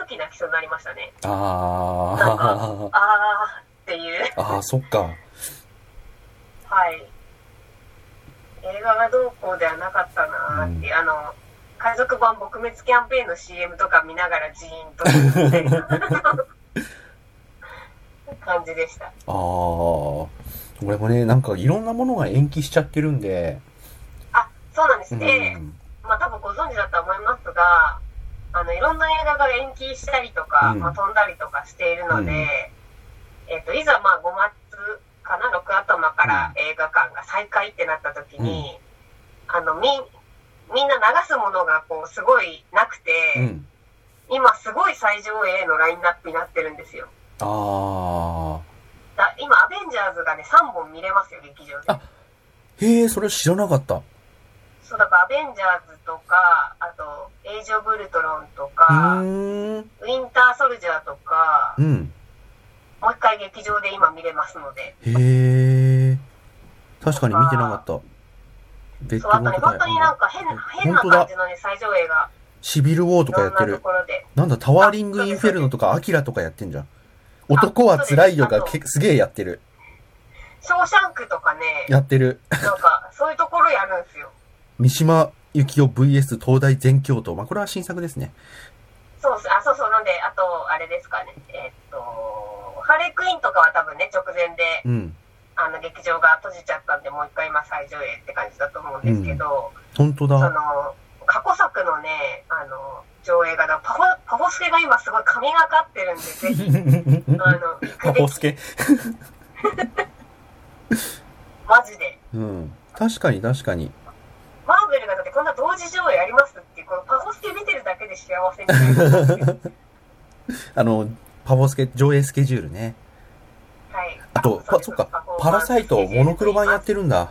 Speaker 2: き泣きそうになりましたね。なんか、
Speaker 1: あ
Speaker 2: ああっていう。
Speaker 1: あ、ああ、そっか。
Speaker 2: はい。映画がどうこうではなかったなーって、あの、海賊版撲滅キャンペーンの CM とか見ながらジーンとするみたいな 感じでした。
Speaker 1: ああ、俺もね、なんかいろんなものが延期しちゃってるんで、
Speaker 2: あ、そうなんです
Speaker 1: うん、
Speaker 2: ね。まあ多分ご存知だとは思いますが、あの、いろんな映画が延期したりとか、
Speaker 1: うん
Speaker 2: まあ、飛んだりとかしている
Speaker 1: う
Speaker 2: ので、
Speaker 1: ん
Speaker 2: えっ、と、いざまあ5月かな、6頭から映画館が再開ってなった時に、あの、み、みんな流すものがこう、すごいなくて、
Speaker 1: うん。
Speaker 2: 今すごい最上映のラインナップになってるんですよ。
Speaker 1: あ
Speaker 2: だ今、アベンジャーズがね、3本見れますよ、劇場で。
Speaker 1: ああ、へえ、それ知らなかった。
Speaker 2: そう、だからアベンジャーズとか、あと、エイジ・オブ・ウルトロンと
Speaker 1: う
Speaker 2: か、
Speaker 1: ーん。
Speaker 2: ウィンターソルジャーとか
Speaker 1: う、ん。
Speaker 2: もう一回劇場で今見れますので。
Speaker 1: へえ。確かに見てなかった。別
Speaker 2: そう、あとね、本当になん
Speaker 1: か、
Speaker 2: か変な、
Speaker 1: あ
Speaker 2: 変な
Speaker 1: 本当だ
Speaker 2: 感じのね、最上映が
Speaker 1: シビルウォー
Speaker 2: い
Speaker 1: とかやっ
Speaker 2: ろん
Speaker 1: て
Speaker 2: なと
Speaker 1: る。
Speaker 2: ころで。
Speaker 1: なんだ、タワーリングインフェルノとか、アキラとかやってんじゃん。男は辛いよがけすげえやってる。
Speaker 2: ショーシャンクとかね、
Speaker 1: やってる。
Speaker 2: なんか、そういうところやるんですよ。
Speaker 1: 三島由紀夫 VS 東大全教頭。まあ、これは新作ですね。
Speaker 2: そうそう、あ、そうそう、なんで、あと、あれですかね、えーっと、ハーレークイーンとかは多分ね、直前で、
Speaker 1: うん。
Speaker 2: あの、劇場が閉じちゃったんで、もう一回今最上映って感じだと思うんですけど、
Speaker 1: 本当
Speaker 2: そ
Speaker 1: だ。
Speaker 2: の、過去作のね、あの、上映が、だからパフォ、パフォスケが今すごい神がかってるんで、ぜひ、あの、行
Speaker 1: パ
Speaker 2: くべ
Speaker 1: ポ
Speaker 2: き
Speaker 1: スケ。
Speaker 2: マジで。
Speaker 1: うん。確かに確かに。
Speaker 2: マーベルがだってこんな同時上映ありますっていう、このパフォスケ見てるだけで幸せになるんですよ
Speaker 1: あの、パポスケ、上映スケジュールね。
Speaker 2: はい。
Speaker 1: あと、パそっか、パラサイト、モノクロ版やってるんだ。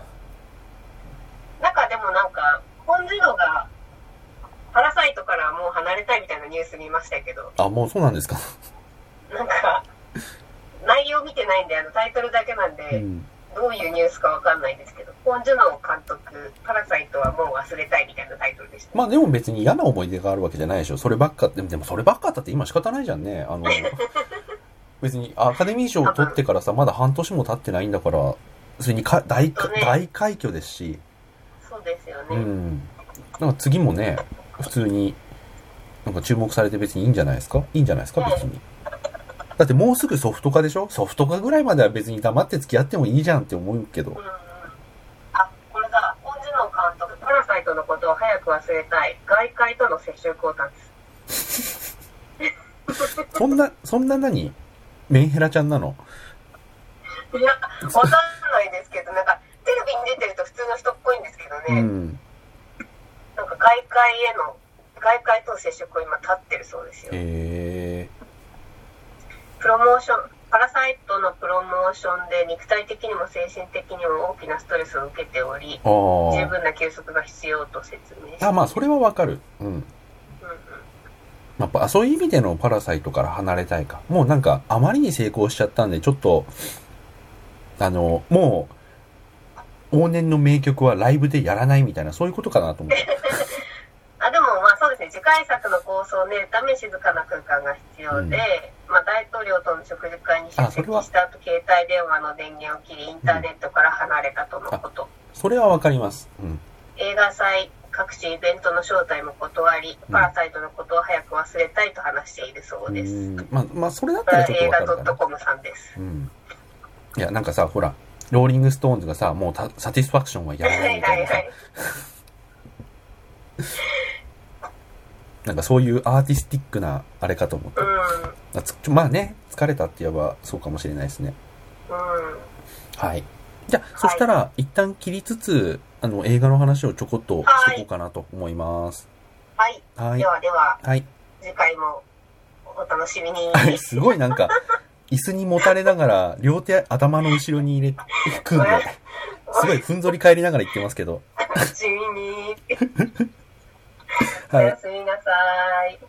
Speaker 2: 中でもなんか、本次郎が、パラサイトからもう離れたいみたいなニュース見ましたけど、
Speaker 1: あ、もうそうなんですか。
Speaker 2: なんか、内容見てないんで、あの、タイトルだけなんで、
Speaker 1: うん。
Speaker 2: どういうニュースかわかんないですけど、本次郎監督、パラサイトはもう忘れたいみたいなタイトルでした。
Speaker 1: まあでも別に嫌な思い出があるわけじゃないでしょ。そればっかって、でもそればっかだって今仕方ないじゃんね。あ の、別にアカデミー賞を取ってからさ、まだ半年も経ってないんだから、それにか大か大快挙ですし、
Speaker 2: そうですよね。
Speaker 1: うん。なんか次もね、普通に、なんか注目されて別にいいんじゃないですかいいんじゃないですか別に。だってもうすぐソフト化でしょソフト化ぐらいまでは別に黙って付き合ってもいいじゃんって思うけど
Speaker 2: う。んあこれだ本次郎監督パラサイトのことを早く忘れたい外界との接触を断つ
Speaker 1: そんな、そんな何メンヘラちゃんなの
Speaker 2: いやわかんないですけどなんかテレビに出てると普通の人っぽいんですけど
Speaker 1: う
Speaker 2: ね、
Speaker 1: ん。
Speaker 2: なんか外界への外界との接触を今立ってるそうですよ
Speaker 1: へえ。
Speaker 2: プロモーションパラサイトのプロモーションで肉体的にも精神的にも大きなストレスを受けており
Speaker 1: あー
Speaker 2: 十分な休息が必要と説明し
Speaker 1: あまあそれはわかるうん
Speaker 2: うんうん
Speaker 1: まあパそういう意味でのパラサイトから離れたいかもうなんかあまりに成功しちゃったんでちょっとあのもう往年の名曲はライブでやらないみたいなそういうことかなと思って
Speaker 2: あでもまあそうですね次回作の構想を練るため静かな空間が必要で、まあ、大統領との食事会に出
Speaker 1: あそ
Speaker 2: 席
Speaker 1: れは
Speaker 2: した後携帯電話の電源を切りインターネットから離れたとのこと、
Speaker 1: それはわかりますうん
Speaker 2: 映画祭各種イベントの招待も断り、
Speaker 1: うん
Speaker 2: パラサイトのことを早く忘れたいと話しているそうです、
Speaker 1: うんまあまあそれだっ
Speaker 2: こ
Speaker 1: た
Speaker 2: れ
Speaker 1: ら
Speaker 2: は
Speaker 1: ちょっと
Speaker 2: 映
Speaker 1: わかる
Speaker 2: 画
Speaker 1: かな
Speaker 2: .com さんです
Speaker 1: うんいやなんかさほらローリング・ストーンズがさもうたサティスファクションはや
Speaker 2: は
Speaker 1: らない
Speaker 2: い
Speaker 1: みた
Speaker 2: はいい
Speaker 1: な
Speaker 2: は
Speaker 1: さ
Speaker 2: い
Speaker 1: なんかそういうアーティスティックなあれかと思っ
Speaker 2: う
Speaker 1: たあ
Speaker 2: ん
Speaker 1: つまあね疲れたって言えばそうかもしれないですね
Speaker 2: うん
Speaker 1: はい。じゃあ、そしたら、一旦切りつつ、あの、映画の話をちょこっとしていこうかなと思います。
Speaker 2: はい、
Speaker 1: はい
Speaker 2: で。はでは
Speaker 1: はい。
Speaker 2: 次回もお楽しみに
Speaker 1: あ れ、すごいなんか、椅子にもたれながら、両手頭の後ろに入れ、組んで、すごいふんぞり返りながら言ってますけど。
Speaker 2: お楽しみにお
Speaker 1: は
Speaker 2: や
Speaker 1: い。
Speaker 2: すみなさい